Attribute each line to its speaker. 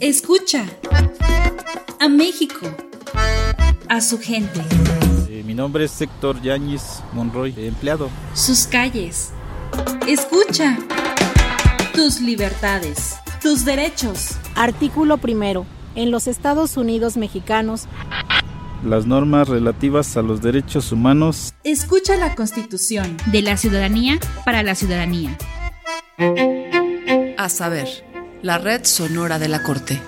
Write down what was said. Speaker 1: Escucha a México, a su gente,
Speaker 2: Eh, mi nombre es Héctor Yáñez Monroy, empleado.
Speaker 1: sus calles. Escucha tus libertades, tus derechos.
Speaker 3: Artículo primero. En los Estados Unidos mexicanos
Speaker 2: Las normas relativas a los derechos humanos.
Speaker 1: Escucha la Constitución.
Speaker 4: De la ciudadanía para la ciudadanía.
Speaker 5: A saber, la red sonora de la Corte.